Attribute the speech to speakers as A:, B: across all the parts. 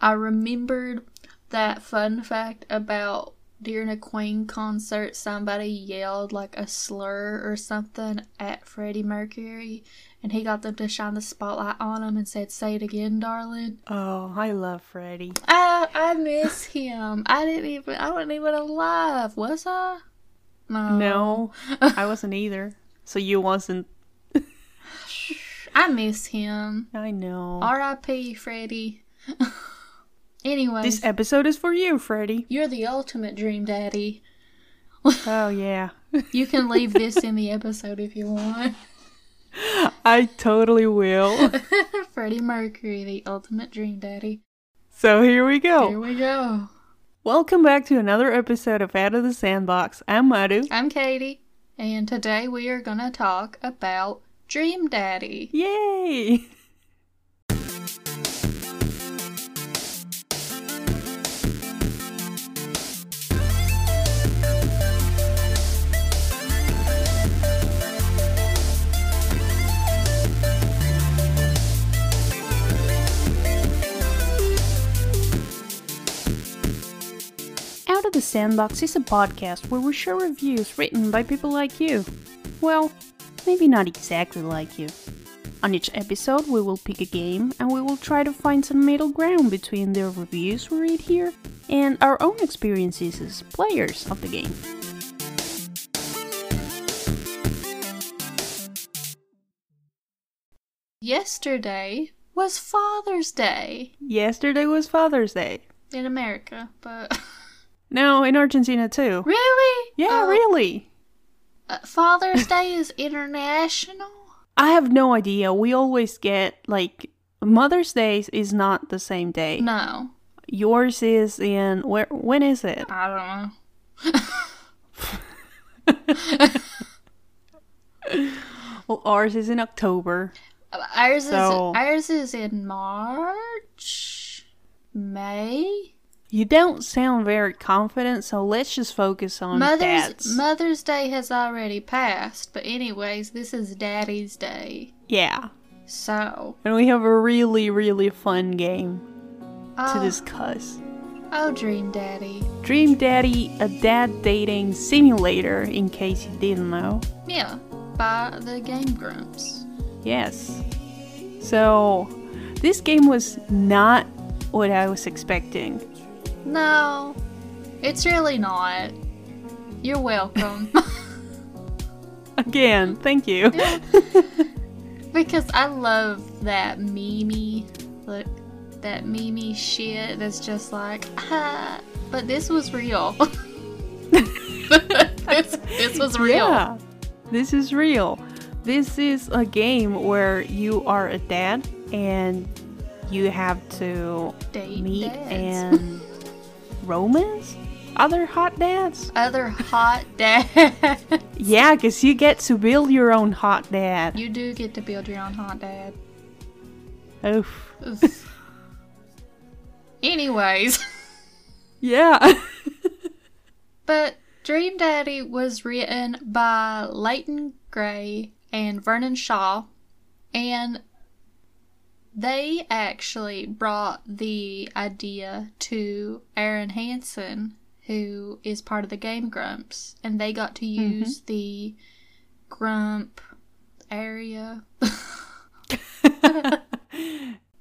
A: I remembered that fun fact about during a Queen concert, somebody yelled like a slur or something at Freddie Mercury, and he got them to shine the spotlight on him and said, "Say it again, darling."
B: Oh, I love Freddie.
A: I I miss him. I didn't even. I wasn't even alive, was I? No.
B: No, I wasn't either. So you wasn't.
A: I miss him.
B: I know.
A: R.I.P. Freddie. anyway,
B: This episode is for you, Freddie.
A: you're the ultimate dream daddy.
B: Oh yeah.
A: You can leave this in the episode if you want.
B: I totally will.
A: Freddie Mercury, the ultimate dream daddy.
B: So here we go.
A: Here we go.
B: Welcome back to another episode of Out of the Sandbox. I'm Madu.
A: I'm Katie, and today we are going to talk about Dream Daddy.
B: Yay! Out of the Sandbox is a podcast where we share reviews written by people like you. Well, maybe not exactly like you. On each episode, we will pick a game and we will try to find some middle ground between the reviews we read here and our own experiences as players of the game.
A: Yesterday was Father's Day
B: Yesterday was Father's Day.
A: in America, but
B: No, in Argentina too.
A: really?
B: Yeah,
A: Uh,
B: really.
A: uh, Father's Day is international?
B: I have no idea. We always get like Mother's Day is not the same day.
A: No,
B: Yours is in where? When is it?
A: I don't know.
B: Well, ours is in October.
A: Uh, Ours
B: So-
A: is ours is in March, May.
B: You don't sound very confident, so let's just focus on
A: Mother's
B: dads.
A: Mother's Day has already passed, but anyways, this is Daddy's Day.
B: yeah,
A: So
B: and we have a really, really fun game to
A: oh,
B: discuss.
A: oh, Dream Daddy.
B: Dream Daddy, a dad dating simulator, in case you didn't know.
A: Yeah, by the Game Grumps.
B: Yes. So, this game was not what I was expecting.
A: No, it's really not. You're welcome.
B: Again, thank you.
A: because I love that memey, look, that memey shit that's just like, ah. But this was real. this, this was real.
B: Yeah, this is real. This is a game where you are a dad and you have to
A: Date
B: meet
A: dads.
B: and romance other hot dads.
A: Other hot dad.
B: Yeah, because you get to build your own hot dad.
A: you do get to build your own hot dad.
B: Oof.
A: Oof. Anyways,
B: Yeah.
A: but Dream Daddy was written by Leighton Gray and Vernon Shaw, and they actually brought the idea to Aaron Hansen, who is part of the Game Grumps, and they got to use the Grump area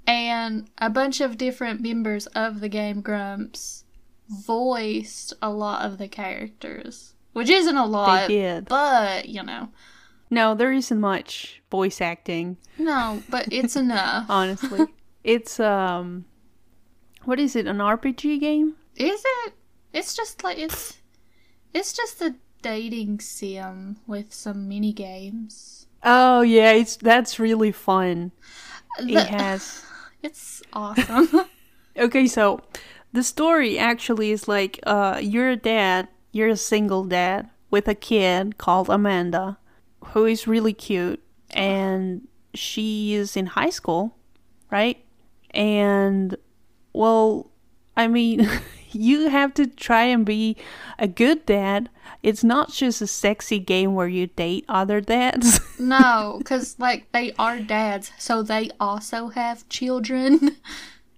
A: and a bunch of different members of the game grumps voiced a lot of the characters which isn't a lot
B: did.
A: but you know
B: no, there isn't much voice acting,
A: no but it's enough
B: honestly. it's um what is it, an RPG game?
A: is it it's just like it's it's just a dating sim with some mini games
B: Oh yeah, it's that's really fun.
A: The-
B: It has
A: it's awesome
B: Okay, so the story actually is like uh, you're a dad, you're a single dad with a kid called Amanda, who is really cute, and she is in high school, right? And well, I mean, you have to try and be a good dad. It's not just a sexy game where you date other dads.
A: no because like they are dads so they also have children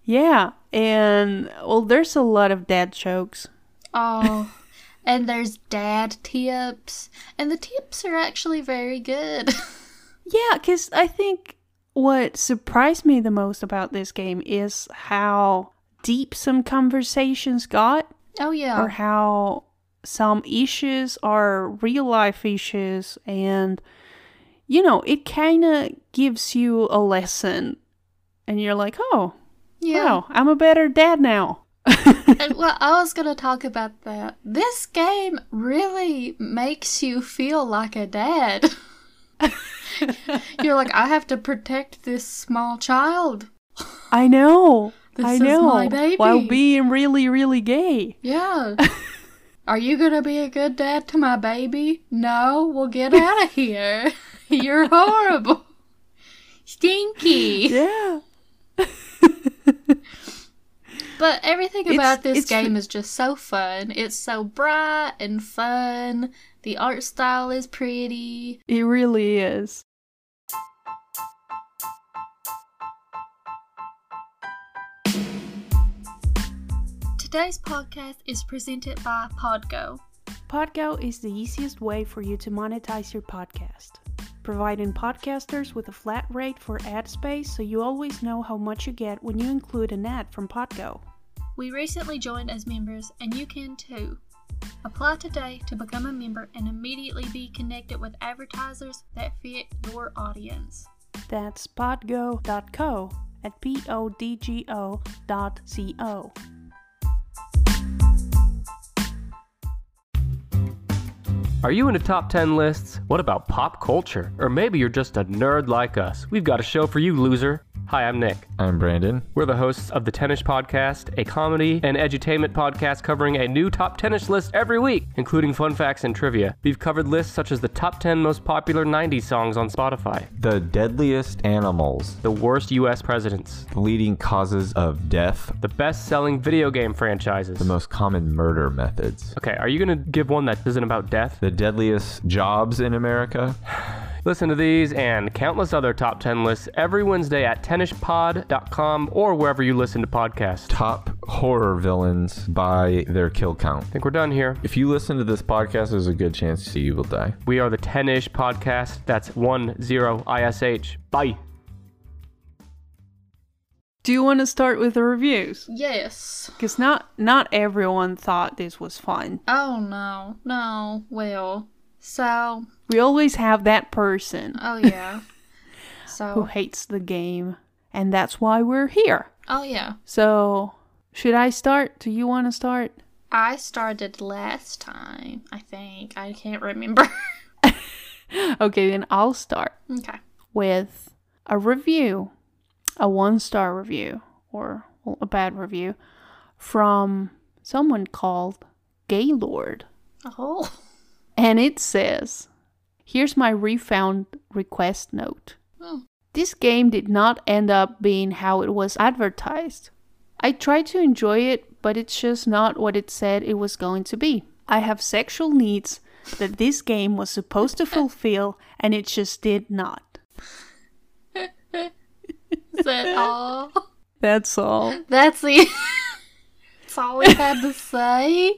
B: Yeah, and well, there's a lot of dad jokes.
A: Oh, and there's dad tips, and the tips are actually very good.
B: Yeah, because I think what surprised me the most about this game is how deep some conversations got,
A: oh yeah.
B: or how some issues are real life issues, and you know, it kind of gives you a lesson, and you're like, oh,
A: yeah.
B: wow, I'm a better dad now.
A: And, well, I was going to talk about that. This game really makes you feel like a dad. You're like, I have to protect this small child.
B: I know.
A: This
B: I
A: is
B: know.
A: my baby.
B: While being really, really gay.
A: Yeah. Are you going to be a good dad to my baby? No, well, get out of here. You're horrible. Stinky.
B: Yeah.
A: But everything
B: It's-
A: about this
B: it's-
A: game is just so fun. It's so bright and fun. The art style is pretty.
B: It really is.
A: Today's podcast is presented by Podgo.
B: Podgo is the easiest way for you to monetize your podcast, providing podcasters with a flat rate for ad space so you always know how much you get when you include an ad from Podgo.
A: We recently joined as members, and you can too. Apply today to become a member and immediately be connected with advertisers that fit your audience.
B: That's podgo.co at p o d g o dot c o.
C: Are you into top 10 lists? What about pop culture? Or maybe you're just a nerd like us. We've got a show for you, loser. Hi, I'm Nick.
D: I'm Brandon.
C: We're the hosts of the Tennis Podcast, a comedy and edutainment podcast covering a new top tennis list every week, including fun facts and trivia. We've covered lists such as the top 10 most popular 90s songs on Spotify,
D: The deadliest animals,
C: the worst US presidents,
D: the leading causes of death,
C: the best selling video game franchises.
D: the most common murder methods,
C: Okay, are you gonna give one that isn't about death?
D: the deadliest jobs in America.
C: Listen to these and countless other top 10 lists every Wednesday at tennispod.com or wherever you listen to podcasts.
D: Top horror villains by their kill count.
C: I think we're done here.
D: If you listen to this podcast, there's a good chance you will die.
C: We are the 10ish podcast. That's 10ish. Bye.
B: Do you want to start with the reviews?
A: Yes.
B: Because not not everyone thought this was fun.
A: Oh no, no, well. So,
B: We always have that person
A: oh yeah.
B: who
A: So,
B: hates the game, and that's why we're here.
A: oh yeah.
B: So, should I start? Do you want to start?
A: I started last time, I think. I can't remember.
B: Okay, then I'll start
A: okay.
B: with a review, a one star review, or well, a bad review from someone called Gaylord.
A: Oh.
B: And it says, Here's my refound request note.
A: Oh.
B: This game did not end up being how it was advertised. I tried to enjoy it, but it's just not what it said it was going to be. I have sexual needs that this game was supposed to fulfill, and it just did not.
A: Is that all?
B: That's all.
A: That's the. That's all we had to say.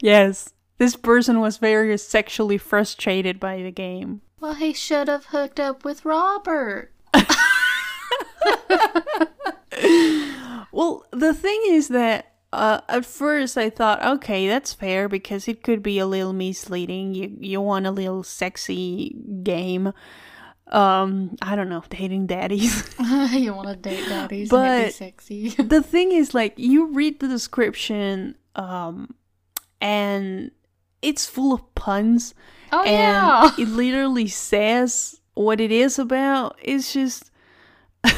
B: yes. This person was very sexually frustrated by the game.
A: Well, he should have hooked up with Robert.
B: Well, the thing is that uh, at first I thought, okay, that's fair because it could be a little misleading. You you want a little sexy game. Um, I don't know, dating daddies.
A: you want to date daddies but... and it be
B: But-
A: sexy.
B: the thing is, like, you read the description, um, and it's full of puns,
A: Oh
B: and
A: yeah.
B: it literally says what it is about. It's just.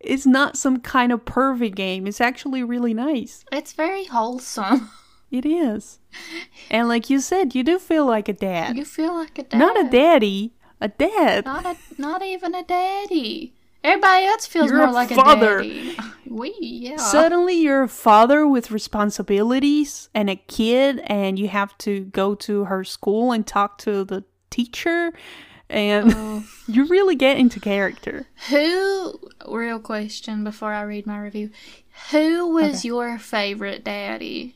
B: It's not some kind of pervy game. It's actually really nice.
A: It's very wholesome.
B: It is. And like you said, you do feel like a dad.
A: You feel like a dad.
B: Not a daddy, a dad.
A: Not a not even a daddy. Everybody else feels
B: You're
A: more
B: a
A: like
B: father.
A: a daddy. We yeah.
B: Suddenly you're a father with responsibilities and a kid and you have to go to her school and talk to the teacher and
A: Oh.
B: you really get into character.
A: Who, real question before I read my review, who was your favorite daddy?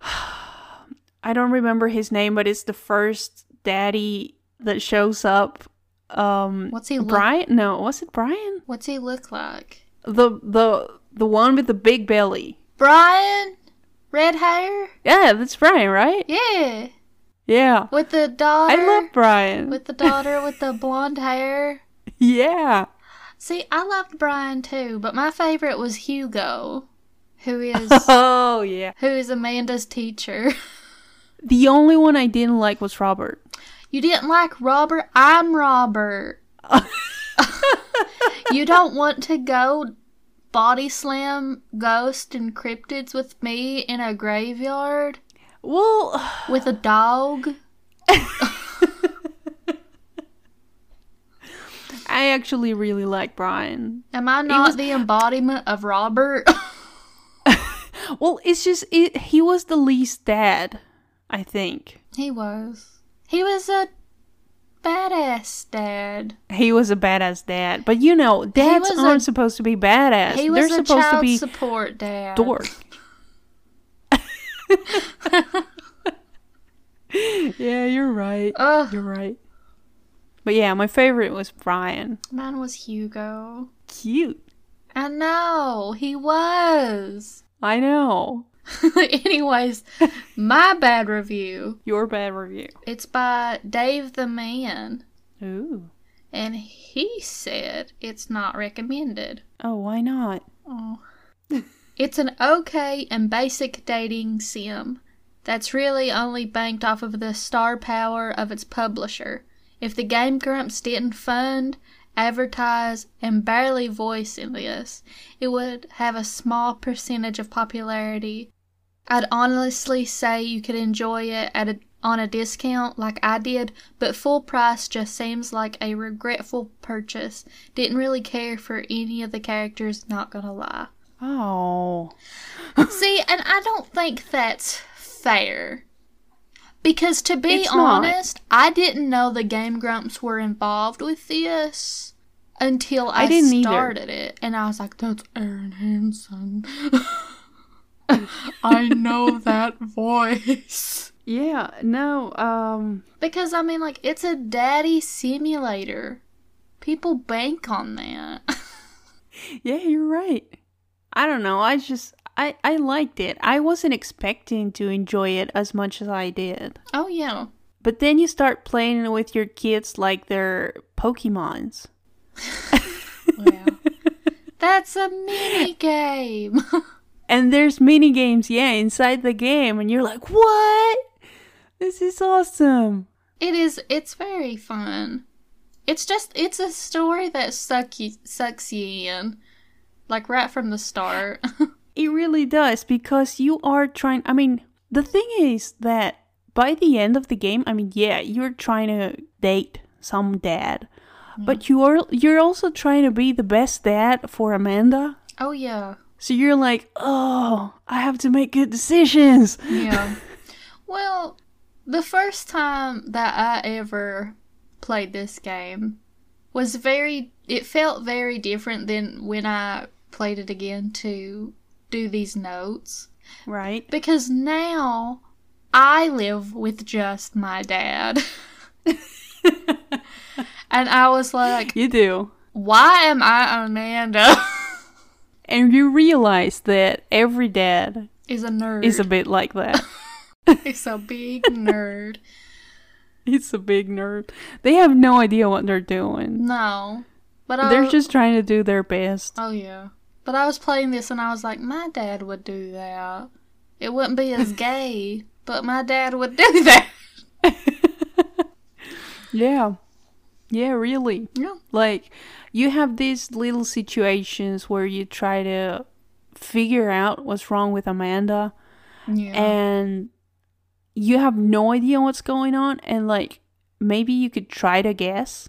B: I don't remember his name, but it's the first daddy that shows up. Um,
A: What's he look-
B: Brian? No, was it Brian?
A: What's he look like?
B: The the the one with the big belly.
A: Brian? Red hair?
B: Yeah, that's Brian, right?
A: Yeah.
B: Yeah,
A: With the daughter?
B: I love Brian.
A: With the daughter with the blonde hair?
B: yeah,
A: See, I loved Brian too, but my favorite was Hugo, who is
B: oh yeah.
A: who is Amanda's teacher.
B: The only one I didn't like was Robert.
A: You didn't like Robert? I'm Robert. you don't want to go body slam ghost and cryptids with me in a graveyard
B: Well,
A: with a dog?
B: I actually really like Brian.
A: Am I not the embodiment of Robert?
B: Well, it's just it, he was the least dad, I think.
A: he was. He was a badass dad.
B: He was a badass dad, but you know, dads
A: was a-
B: aren't supposed to be badass.
A: He
B: They're
A: was a
B: supposed
A: child
B: to be
A: support dad.
B: dork. yeah, you're right.
A: Ugh.
B: You're right. But yeah, my favorite was Brian.
A: Mine was Hugo.
B: Cute.
A: I know, he was.
B: I know.
A: Anyways, my bad review.
B: Your bad review.
A: It's by Dave the Man,
B: Ooh.
A: and he said it's not recommended.
B: Oh, why not?
A: Oh. it's an okay and basic dating sim that's really only banked off of the star power of its publisher. If the Game Grumps didn't fund, advertise, and barely voice in this, it would have a small percentage of popularity. I'd honestly say you could enjoy it at a, on a discount like I did, but full price just seems like a regretful purchase. Didn't really care for any of the characters, not gonna lie.
B: Oh.
A: See, and I don't think that's fair. Because to be
B: It's not.
A: honest, I didn't know the Game Grumps were involved with this until I,
B: I didn't either.
A: started it. And I was like, that's Aaron Hansen. I know that voice.
B: Yeah, no, um
A: Because, I mean, like, it's a daddy simulator. People bank on that.
B: yeah, you're right. I don't know. I just I I liked it. I wasn't expecting to enjoy it as much as I did.
A: oh, yeah.
B: But then you start playing with your kids like they're Pokemons.
A: Wow. that's a mini game.
B: And there's mini games, yeah, inside the game and you're like, "What? This is awesome."
A: It is. It's very fun. It's just. It's a story that suck you, sucks you in, like right from the start.
B: It really does because you are trying. I mean, the thing is that by the end of the game, I mean, yeah, you're trying to date some dad,
A: Mm-hmm.
B: but you are you're also trying to be the best dad for Amanda.
A: oh yeah,
B: So you're like, oh, I have to make good decisions.
A: yeah. well, the first time that I ever played this game was very. It felt very different than when I played it again to do these notes.
B: Right?
A: because now I live with just my dad. and I was like,
B: You do,
A: why am I Amanda?
B: and you realize that every dad
A: Is a nerd.
B: is a bit like that.
A: Is a big nerd.
B: It's a big nerd. They have no idea what they're doing.
A: No. But I
B: They're
A: was-
B: just trying to do their best.
A: Oh yeah. But I was playing this and I was like, my dad would do that. It wouldn't be as gay, but my dad would do that.
B: Yeah. Yeah, really.
A: Yeah.
B: Like, you have these little situations where you try to figure out what's wrong with Amanda
A: Yeah.
B: and you have no idea what's going on. And, like, maybe you could try to guess.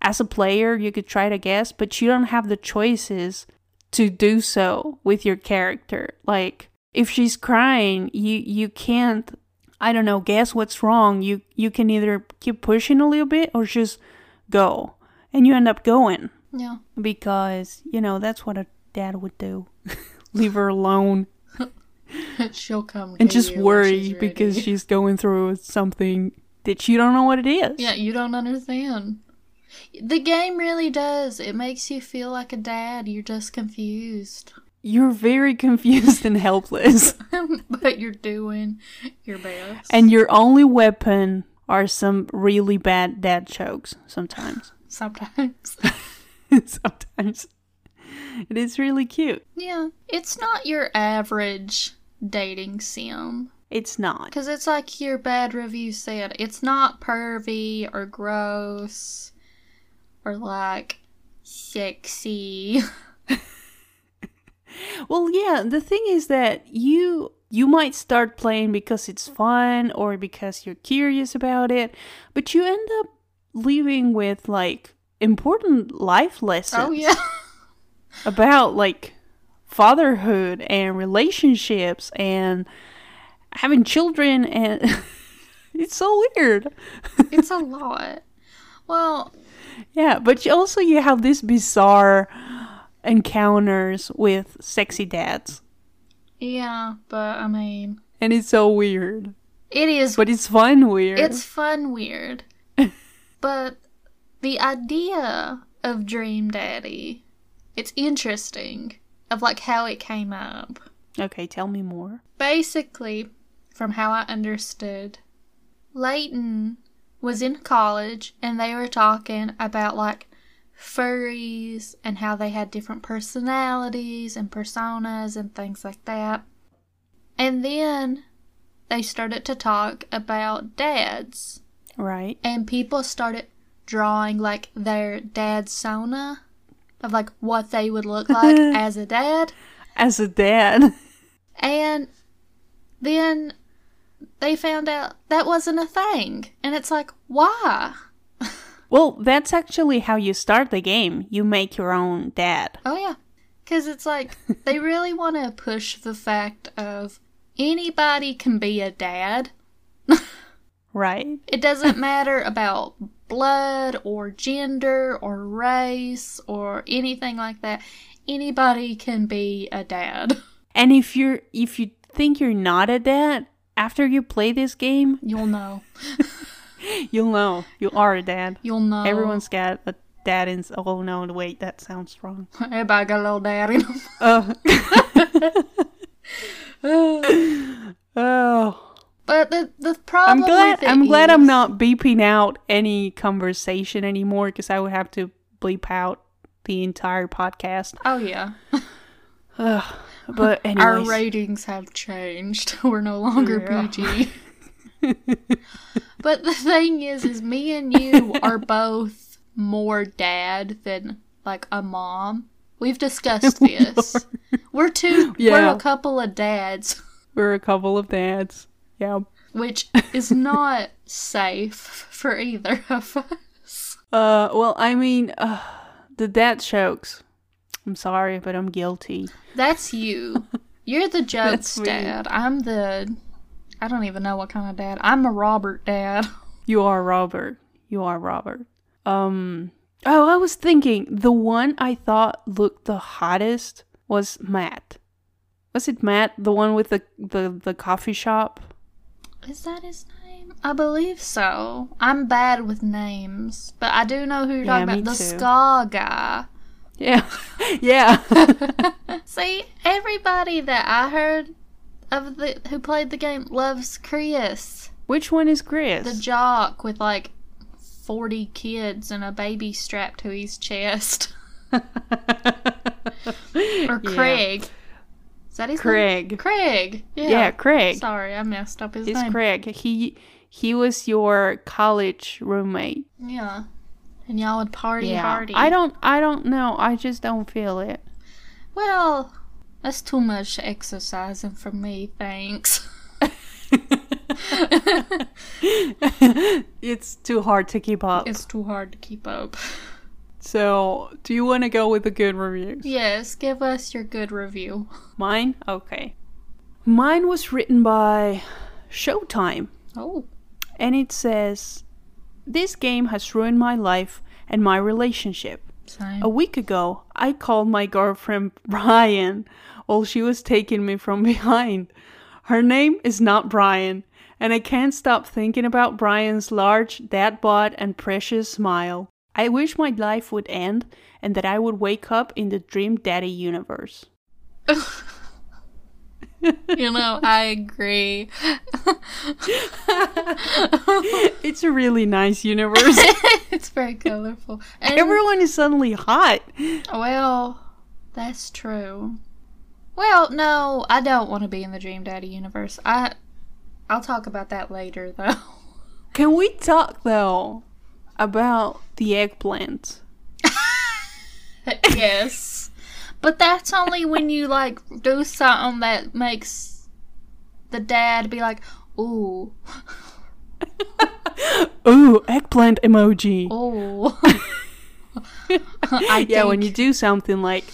B: As a player, you could try to guess, but you don't have the choices to do so with your character. Like, if she's crying, you you can't I don't know, guess what's wrong. You you can either keep pushing a little bit or just go. And you end up going
A: Yeah.
B: because, you know, that's what a dad would do. Leave her alone
A: She'll come
B: and
A: get
B: just
A: you when
B: worry
A: she's
B: because
A: ready.
B: she's going through something that you don't know what it is.
A: Yeah, you don't understand. The game really does. It makes you feel like a dad. You're just confused.
B: You're very confused and helpless.
A: but you're doing your best.
B: and your only weapon are some really bad dad jokes sometimes.
A: sometimes.
B: sometimes. It is really cute.
A: yeah. It's not your average dating sim.
B: It's not.
A: Because it's like your bad review said. It's not pervy or gross or like sexy.
B: Well, yeah, the thing is that you you might start playing because it's fun or because you're curious about it, but you end up leaving with like important life lessons
A: Oh, yeah.
B: about like fatherhood and relationships and having children and it's so weird.
A: it's a lot. Well,
B: Yeah, but you also you have these bizarre encounters with sexy dads.
A: yeah, but I mean,
B: And it's so weird.
A: it is
B: But it's fun weird.
A: It's fun weird. but the idea of Dream Daddy, it's interesting of like how it came up.
B: Okay, tell me more.
A: Basically, from how I understood, Leighton was in college and they were talking about like furries and how they had different personalities and personas and things like that. And then they started to talk about dads
B: Right.
A: and people started drawing like their dad's sona of like what they would look like as a dad
B: As a dad.
A: and then they found out that wasn't a thing and it's like why
B: Well, that's actually how you start the game. You make your own dad.
A: oh yeah because it's like they really want to push the fact of anybody can be a dad
B: Right.
A: It doesn't matter about blood or gender or race or anything like that. Anybody can be a dad.
B: And if you're if you think you're not a dad, after you play this game,
A: You'll know.
B: you'll know you are a dad.
A: You'll know.
B: Everyone's got a dad in oh no, wait, that sounds wrong.
A: everybody got a little dad in 'em.
B: Oh. oh.
A: But the the
B: I'm
A: problem.
B: glad
A: with it
B: I'm glad I'm
A: is-
B: not beeping out any conversation anymore because I would have to bleep out the entire podcast.
A: Oh yeah,
B: Ugh. But
A: our
B: anyways,
A: ratings have changed. We're no longer
B: Yeah.
A: PG. but the thing is, is me and you are both more dad than like a mom. We've discussed this. We're two. We're
B: Yeah.
A: a couple of dads,
B: we're a couple of dads. Yeah.
A: which is not safe for either of us.
B: Uh. Well, I mean, uh, the dad jokes. I'm sorry, but I'm guilty.
A: That's you. You're the jokes
B: That's me.
A: dad. I'm the. I don't even know what kind of dad. I'm a Robert dad.
B: You are Robert. You are Robert. Um oh, I was thinking the one I thought looked the hottest was Matt. Was it Matt, the one with the the, the coffee shop?
A: Is that his name? I believe so. I'm bad with names, but I do know who you're
B: Yeah,
A: talking
B: me
A: about. The
B: too.
A: Scar guy.
B: Yeah. yeah.
A: See, everybody that I heard of the who played the game loves Chris,
B: Which one is
A: the
B: Chris?
A: jock with like 40 kids and a baby strapped to his chest. Or
B: Yeah.
A: Craig. Is that his name?
B: Craig.
A: Craig. Yeah.
B: Yeah, Craig.
A: Sorry, I messed up his
B: It's
A: name.
B: Craig. He he was your college roommate.
A: Yeah. And y'all would party hardy.
B: I don't I don't know. I just don't feel it.
A: Well, that's too much exercising for me, thanks.
B: It's too hard to keep up.
A: It's too hard to keep up.
B: So, do you want to go with a good review?
A: Yes, give us your good review.
B: Mine? Okay. Mine was written by Showtime.
A: Oh.
B: And it says, This game has ruined my life and my relationship.
A: Same.
B: A week ago, I called my girlfriend Brian while she was taking me from behind. Her name is not Brian, and I can't stop thinking about Brian's large, dad bod, and precious smile. I wish my life would end and that I would wake up in the Dream Daddy universe.
A: You know, I agree.
B: It's a really nice universe.
A: it's very colorful. And,
B: Everyone is suddenly hot.
A: well, that's true. Well, no, I don't want to be in the Dream Daddy universe. I, I'll talk about that later, though.
B: Can we talk though about the eggplant?
A: yes, but that's only when you like do something that makes the dad be like, "Ooh,
B: Ooh, eggplant emoji.
A: ooh." I
B: yeah, when you
A: think-
B: do something like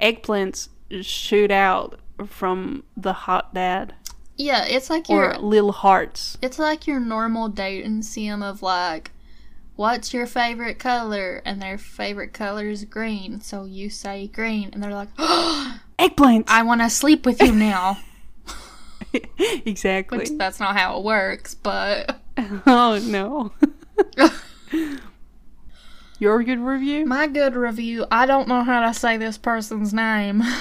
B: eggplants shoot out from the hot dad
A: yeah, it's like
B: or
A: you're
B: little hearts.
A: It's like your normal dating sim of like, what's your favorite color? And their favorite color is green. So you say green, and they're like,
B: Eggplants.
A: I want to sleep with you now.
B: exactly.
A: Which that's not how it works, but
B: oh no. Your good review?
A: my good review. I don't know how to say this person's name.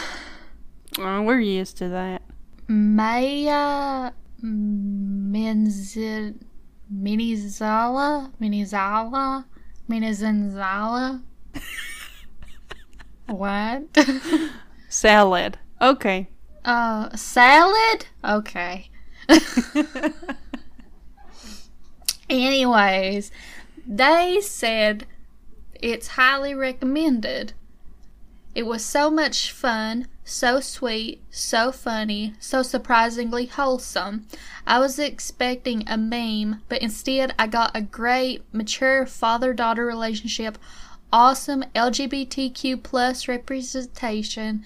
B: Oh, we're used to that.
A: Maya Menzi- Minizala? Minizala? Minizenzala? what?
B: Salad. Okay.
A: Uh, salad? Okay. Anyways, they said it's highly recommended. It was so much fun, so sweet, so funny, so surprisingly wholesome. I was expecting a meme, but instead I got a great, mature father daughter relationship, awesome LGBTQ plus representation,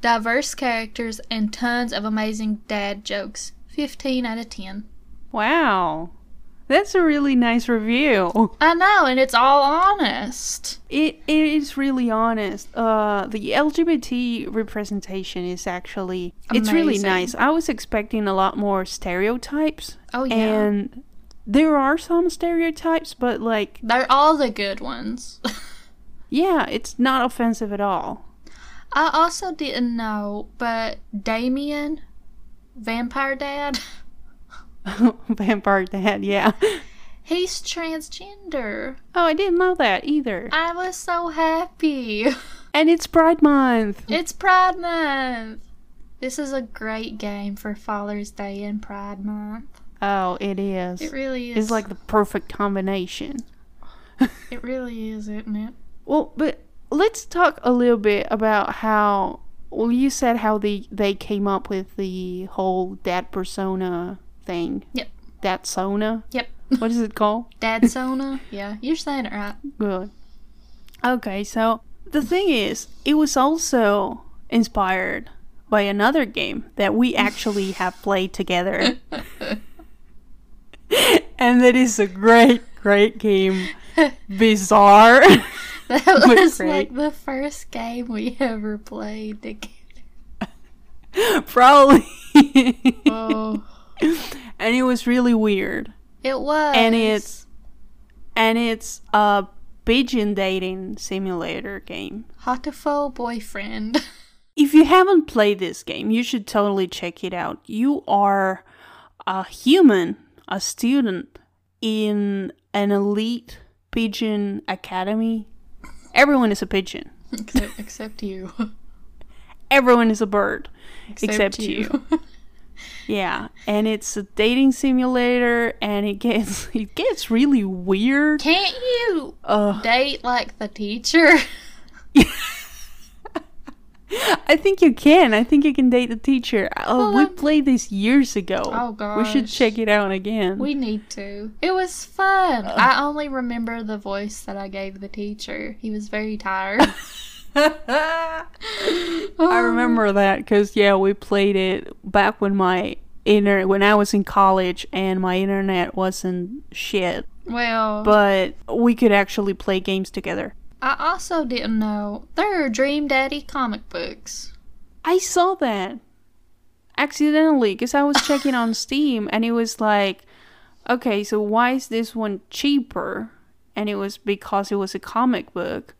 A: diverse characters, and tons of amazing dad jokes. 15 out of 10.
B: Wow. That's a really nice review.
A: I know, and it's all honest.
B: It it is really honest. Uh, the LGBT representation is actually it's really
A: Amazing.
B: nice. I was expecting a lot more stereotypes,
A: Oh, yeah.
B: and there are some stereotypes, but like
A: They're all the good ones.
B: yeah, it's not offensive at all.
A: I also didn't know, but Damien, Vampire Dad,
B: Vampire Dad, yeah.
A: he's transgender.
B: Oh, I didn't know that either.
A: I was so happy.
B: And it's Pride Month.
A: It's Pride Month. This is a great game for Father's Day and Pride Month.
B: Oh, it is.
A: It really is.
B: It's like the perfect combination.
A: it really is, isn't it?
B: Well, but let's talk a little bit about how. Well, you said how the they came up with the whole dad persona thing.
A: Yep.
B: Dad sona.
A: Yep.
B: What is it called?
A: Dad Sona. yeah, you're saying it right.
B: Good. Okay, so the thing is, it was also inspired by another game that we actually have played together. and that is a great, great game. Bizarre.
A: That was
B: great.
A: like the first game we ever played together.
B: Probably.
A: Oh,
B: and it was really weird.
A: it was.
B: And it's and it's a pigeon dating simulator game.
A: hot to full boyfriend.
B: If you haven't played this game, you should totally check it out. You are a human, a student in an elite pigeon academy. Everyone is a pigeon.
A: except, except you.
B: Everyone is a bird except, you.
A: you.
B: Yeah, and it's a dating simulator and it gets it gets really weird.
A: Can't you
B: Uh
A: date like the teacher?
B: I think you can. I think you can date the teacher. Oh,
A: Well,
B: we
A: I'm-
B: played this years ago.
A: Oh,
B: We should
A: gosh.
B: check it out again.
A: We need to. It was fun. I only remember the voice that I gave the teacher. He was very tired. Um,
B: I remember that because yeah, we played it back when my inter when I was in college and my internet wasn't shit,
A: Well,
B: but we could actually play games together.
A: I also didn't know there are Dream Daddy comic books.
B: I saw that accidentally because I was checking on Steam and it was like, okay, so why is this one cheaper? And it was because it was a comic book.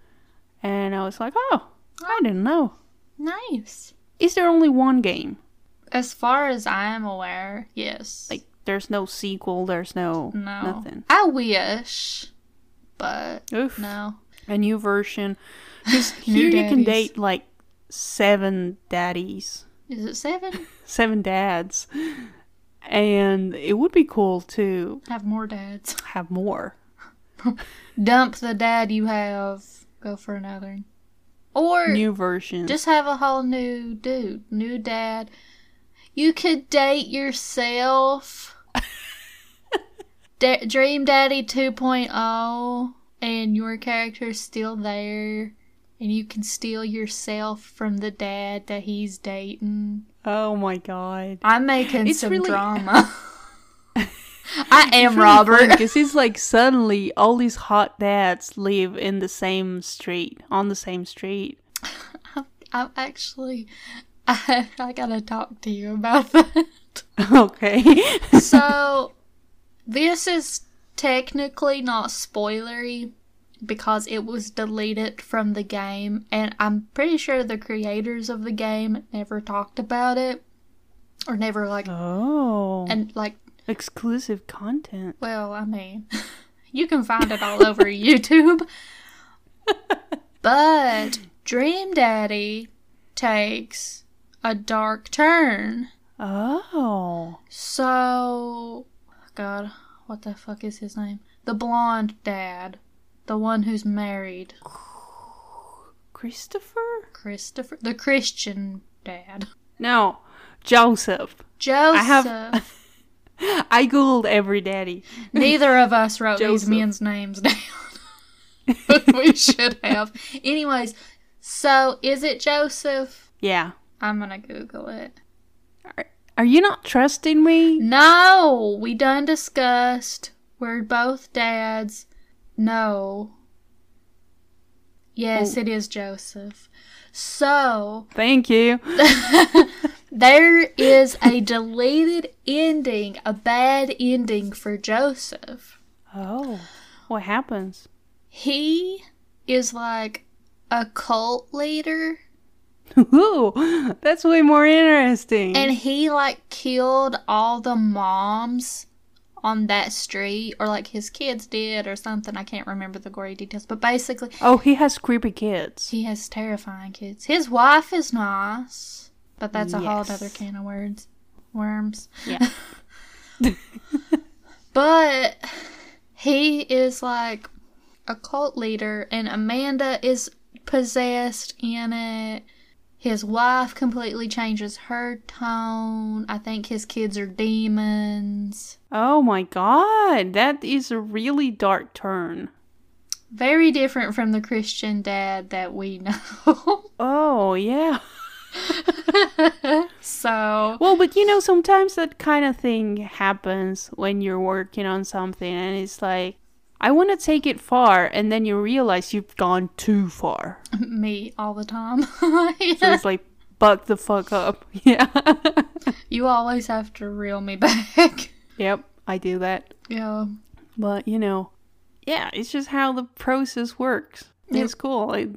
B: And I was like, oh, I didn't know.
A: Nice.
B: Is there only one game?
A: As far as I am aware, yes.
B: Like, there's no sequel, there's no,
A: no.
B: nothing.
A: I wish, but
B: Oof.
A: no.
B: A new version. Because here
A: New
B: you can
A: daddies.
B: date like seven daddies.
A: Is it seven?
B: seven dads. And it would be cool to
A: Have more dads.
B: have more.
A: Dump the dad you have. Go for another. Or
B: New versions.
A: just have a whole new dude, new dad. You could date yourself. da- Dream Daddy 2.0, and your character's still there, and you can steal yourself from the dad that he's dating.
B: oh my god.
A: I'm making
B: It's
A: some
B: really-
A: drama. I am Robert.
B: Because it's like suddenly all these hot dads live in the same street, on the same street.
A: I'm actually. I, I gotta talk to you about that.
B: Okay.
A: so this is technically not spoilery because it was deleted from the game and i'm pretty sure the creators of the game never talked about it or never like
B: oh.
A: and like
B: exclusive content.
A: well i mean you can find it all over youtube but dream daddy takes a dark turn
B: Oh.
A: So, God, what the fuck is his name? The blonde dad, the one who's married,
B: Christopher?
A: Christopher, the Christian dad,
B: No. Joseph.
A: Joseph.
B: have- I googled every daddy.
A: Neither of us wrote these
B: Joseph.
A: men's names down. we should have. Anyways, so is it Joseph?
B: Yeah.
A: I'm gonna Google it.
B: Are you not trusting me?
A: No, we done discussed. We're both dads. No. Yes, it is Joseph. So,
B: Thank you.
A: there is a deleted ending, a bad ending for Joseph.
B: Oh. What happens?
A: He is like a cult leader
B: Ooh, that's way more interesting.
A: and he like killed all the moms on that street or like his kids did or something. I can't remember the gory details, but basically
B: oh, he has creepy kids.
A: He has terrifying kids. His wife is nice, but that's a whole
B: Yes.
A: other can of words, worms.
B: Yeah.
A: But he is like a cult leader, and Amanda is possessed in it. His wife completely changes her tone. I think his kids are demons.
B: Oh my god, that is a really dark turn.
A: Very different from the Christian dad that we know.
B: Oh, yeah.
A: so,
B: Well, but you know, sometimes that kind of thing happens when you're working on something and it's like, I want to take it far, and then you realize you've gone too far.
A: me all the time.
B: So it's like, buck the fuck up. Yeah.
A: You always have to reel me back.
B: yep, I do that.
A: yeah.
B: But you know, yeah, it's just how the process works.
A: Yep.
B: It's cool. Like,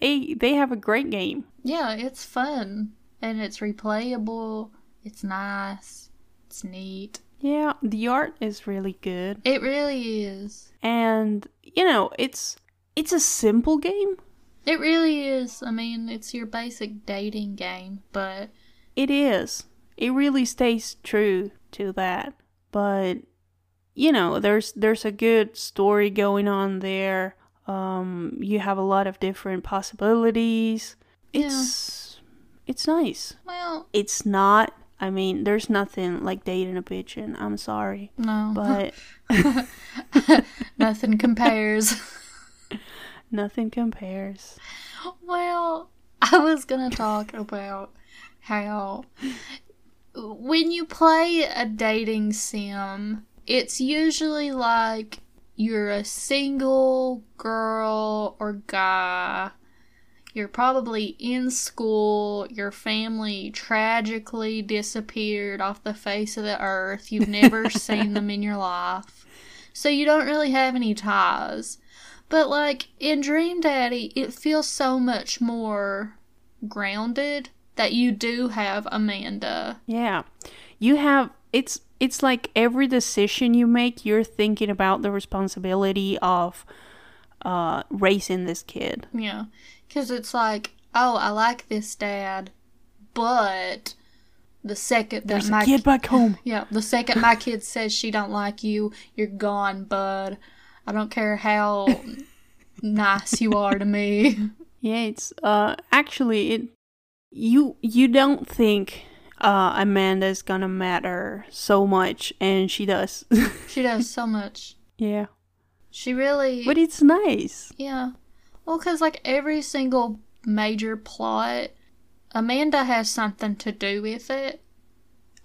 B: they they have a great game.
A: Yeah, it's fun. And it's replayable. It's nice. It's neat.
B: Yeah, the art is really good,
A: It really is.
B: and you know, it's it's a simple game.
A: It really is. I mean, it's your basic dating game, but
B: It is. It really stays true to that. But you know, there's there's a good story going on there. Um, you have a lot of different possibilities.
A: Yeah.
B: It's it's nice.
A: well,
B: it's not i mean there's nothing like dating a pigeon i'm sorry
A: no.
B: but
A: nothing compares.
B: nothing compares
A: well, I was going to talk about how when you play a dating sim, it's usually like you're a single girl or guy. You're probably in school. Your family tragically disappeared off the face of the earth. You've never seen them in your life. So you don't really have any ties. But like in Dream Daddy, it feels so much more grounded that you do have Amanda.
B: Yeah. You have it's it's like every decision you make, you're thinking about the responsibility of uh raising this kid.
A: Yeah. Because it's like, oh, I like this dad, but the second that
B: There's
A: my
B: a kid back home.
A: yeah, the second my kid says she don't like you, you're gone, bud. I don't care how nice you are to me.
B: Yeah, it's uh actually it you you don't think uh Amanda's gonna matter so much and she does.
A: She does so much.
B: yeah.
A: She really
B: But it's nice.
A: Yeah. Well, because like every single major plot, Amanda has something to do with it.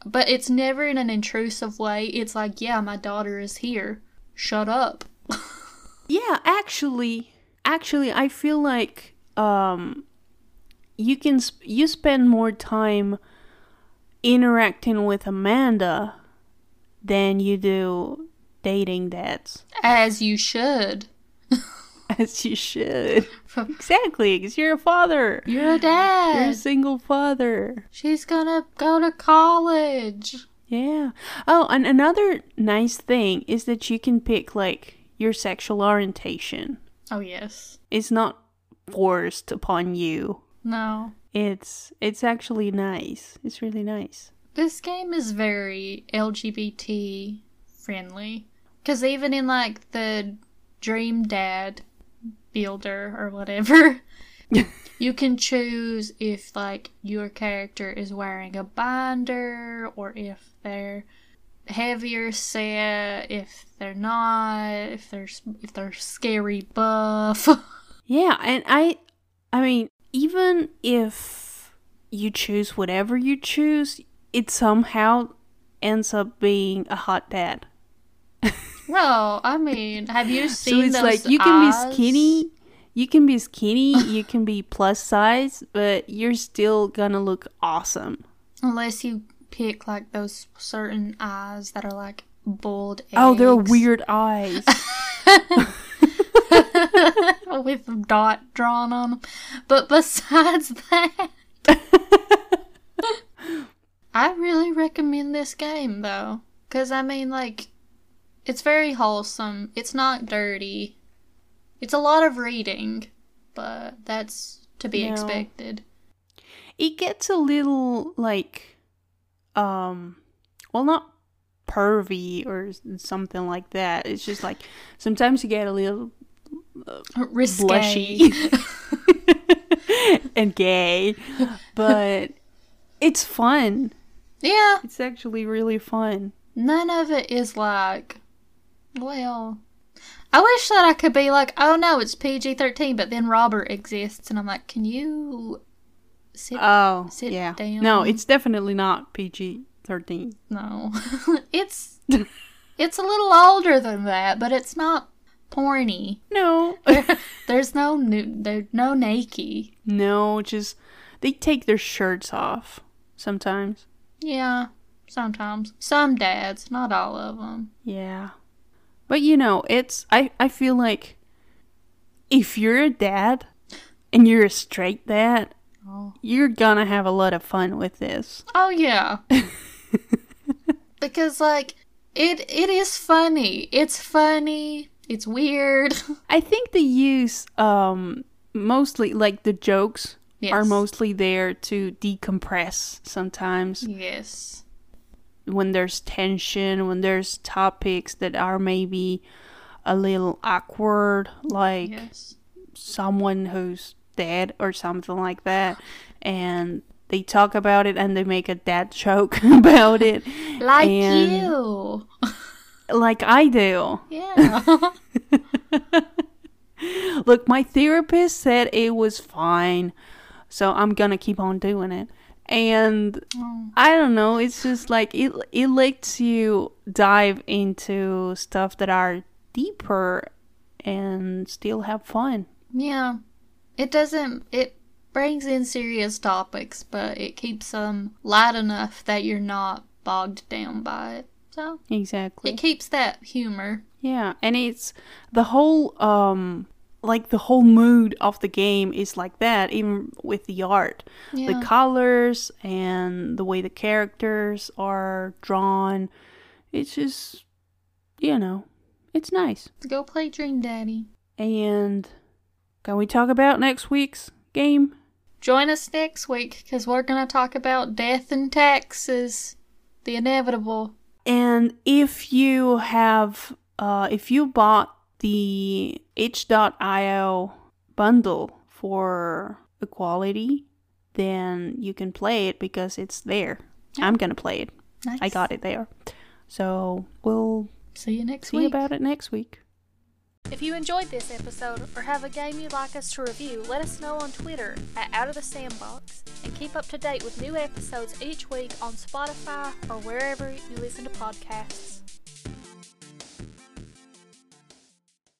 A: But it's never in an intrusive way. It's like, yeah, my daughter is here. Shut up.
B: Yeah, actually, actually, I feel like um, you can sp- you spend more time interacting with Amanda than you do dating dads,
A: As you should.
B: as you should. exactly, because you're a father.
A: You're a
B: You're a
A: dad.
B: single father.
A: She's gonna go to college.
B: Yeah. Oh, and another nice thing is that you can pick like your sexual orientation.
A: Oh, yes.
B: It's not forced upon you.
A: No.
B: It's it's actually nice. It's really nice.
A: This game is very LGBT friendly. Because even in like the Dream Dad builder or whatever, you can choose if like your character is wearing a binder or if they're heavier set, if they're not, if they're, s- if they're scary buff.
B: Yeah, and I I mean, even if you choose whatever you choose, it somehow ends up being a hot dad.
A: well, I mean, have you seen
B: So it's
A: those
B: like you can be
A: eyes?
B: skinny, you can be skinny, you can be plus size, but you're still gonna look awesome.
A: Unless you pick like those certain eyes that are like bold.
B: Oh, they're
A: eggs
B: weird eyes.
A: with dot drawn on them. But besides that, I really recommend this game though, because I mean, like, it's very wholesome. It's not dirty. It's a lot of reading, but that's to be
B: No.
A: expected.
B: it gets a little like um well not pervy or s- something like that it's just like sometimes you get a little
A: Risque.
B: blushy and gay but it's fun
A: Yeah.
B: it's actually really fun
A: none of it is like, well, I wish that I could be like, oh no, it's PG 13, but then Robert exists, and I'm like, can you sit?
B: oh
A: Sit
B: yeah
A: down.
B: no it's definitely not pg-13
A: no. it's it's a little older than that, but it's not porny.
B: no
A: There's no nu- there's no naked.
B: no just they take their shirts off sometimes
A: Yeah, sometimes some dads, not all of them.
B: Yeah. But you know, it's I I feel like if you're a dad and you're a straight dad,
A: Oh.
B: you're gonna have a lot of fun with this.
A: Oh yeah. because like it it is funny. It's funny. It's weird.
B: I think the use um mostly like the jokes are
A: Yes.
B: mostly there to decompress sometimes
A: yes.
B: when there's tension, when there's topics that are maybe a little awkward like
A: Yes.
B: someone who's dead or something like that and they talk about it and they make a dad joke about it
A: Like
B: And-
A: you.
B: like i do
A: Yeah.
B: look my therapist said it was fine so i'm gonna keep on doing it and
A: Oh.
B: I don't know. It's just like it. It lets you dive into stuff that are deeper and still have fun.
A: Yeah. It doesn't, it brings in serious topics, but it keeps them light enough that you're not bogged down by it. So
B: Exactly.
A: it keeps that humor.
B: Yeah, and it's the whole um like the whole mood of the game is like that even with the art.
A: Yeah.
B: The colors and the way the characters are drawn. It's just you know, it's nice.
A: Go play Dream Daddy.
B: And can we talk about next week's game?
A: Join us next week because we're going to talk about death and taxes, the inevitable.
B: And if you have, uh, if you bought the itch.io bundle for equality, then you can play it because it's there. I'm going to play it.
A: Nice.
B: I got it there. So we'll
A: See you next
B: see
A: week.
B: about it next week.
E: If you enjoyed this episode or have a game you'd like us to review, let us know on Twitter at Out of the Sandbox and keep up to date with new episodes each week on Spotify or wherever you listen to podcasts.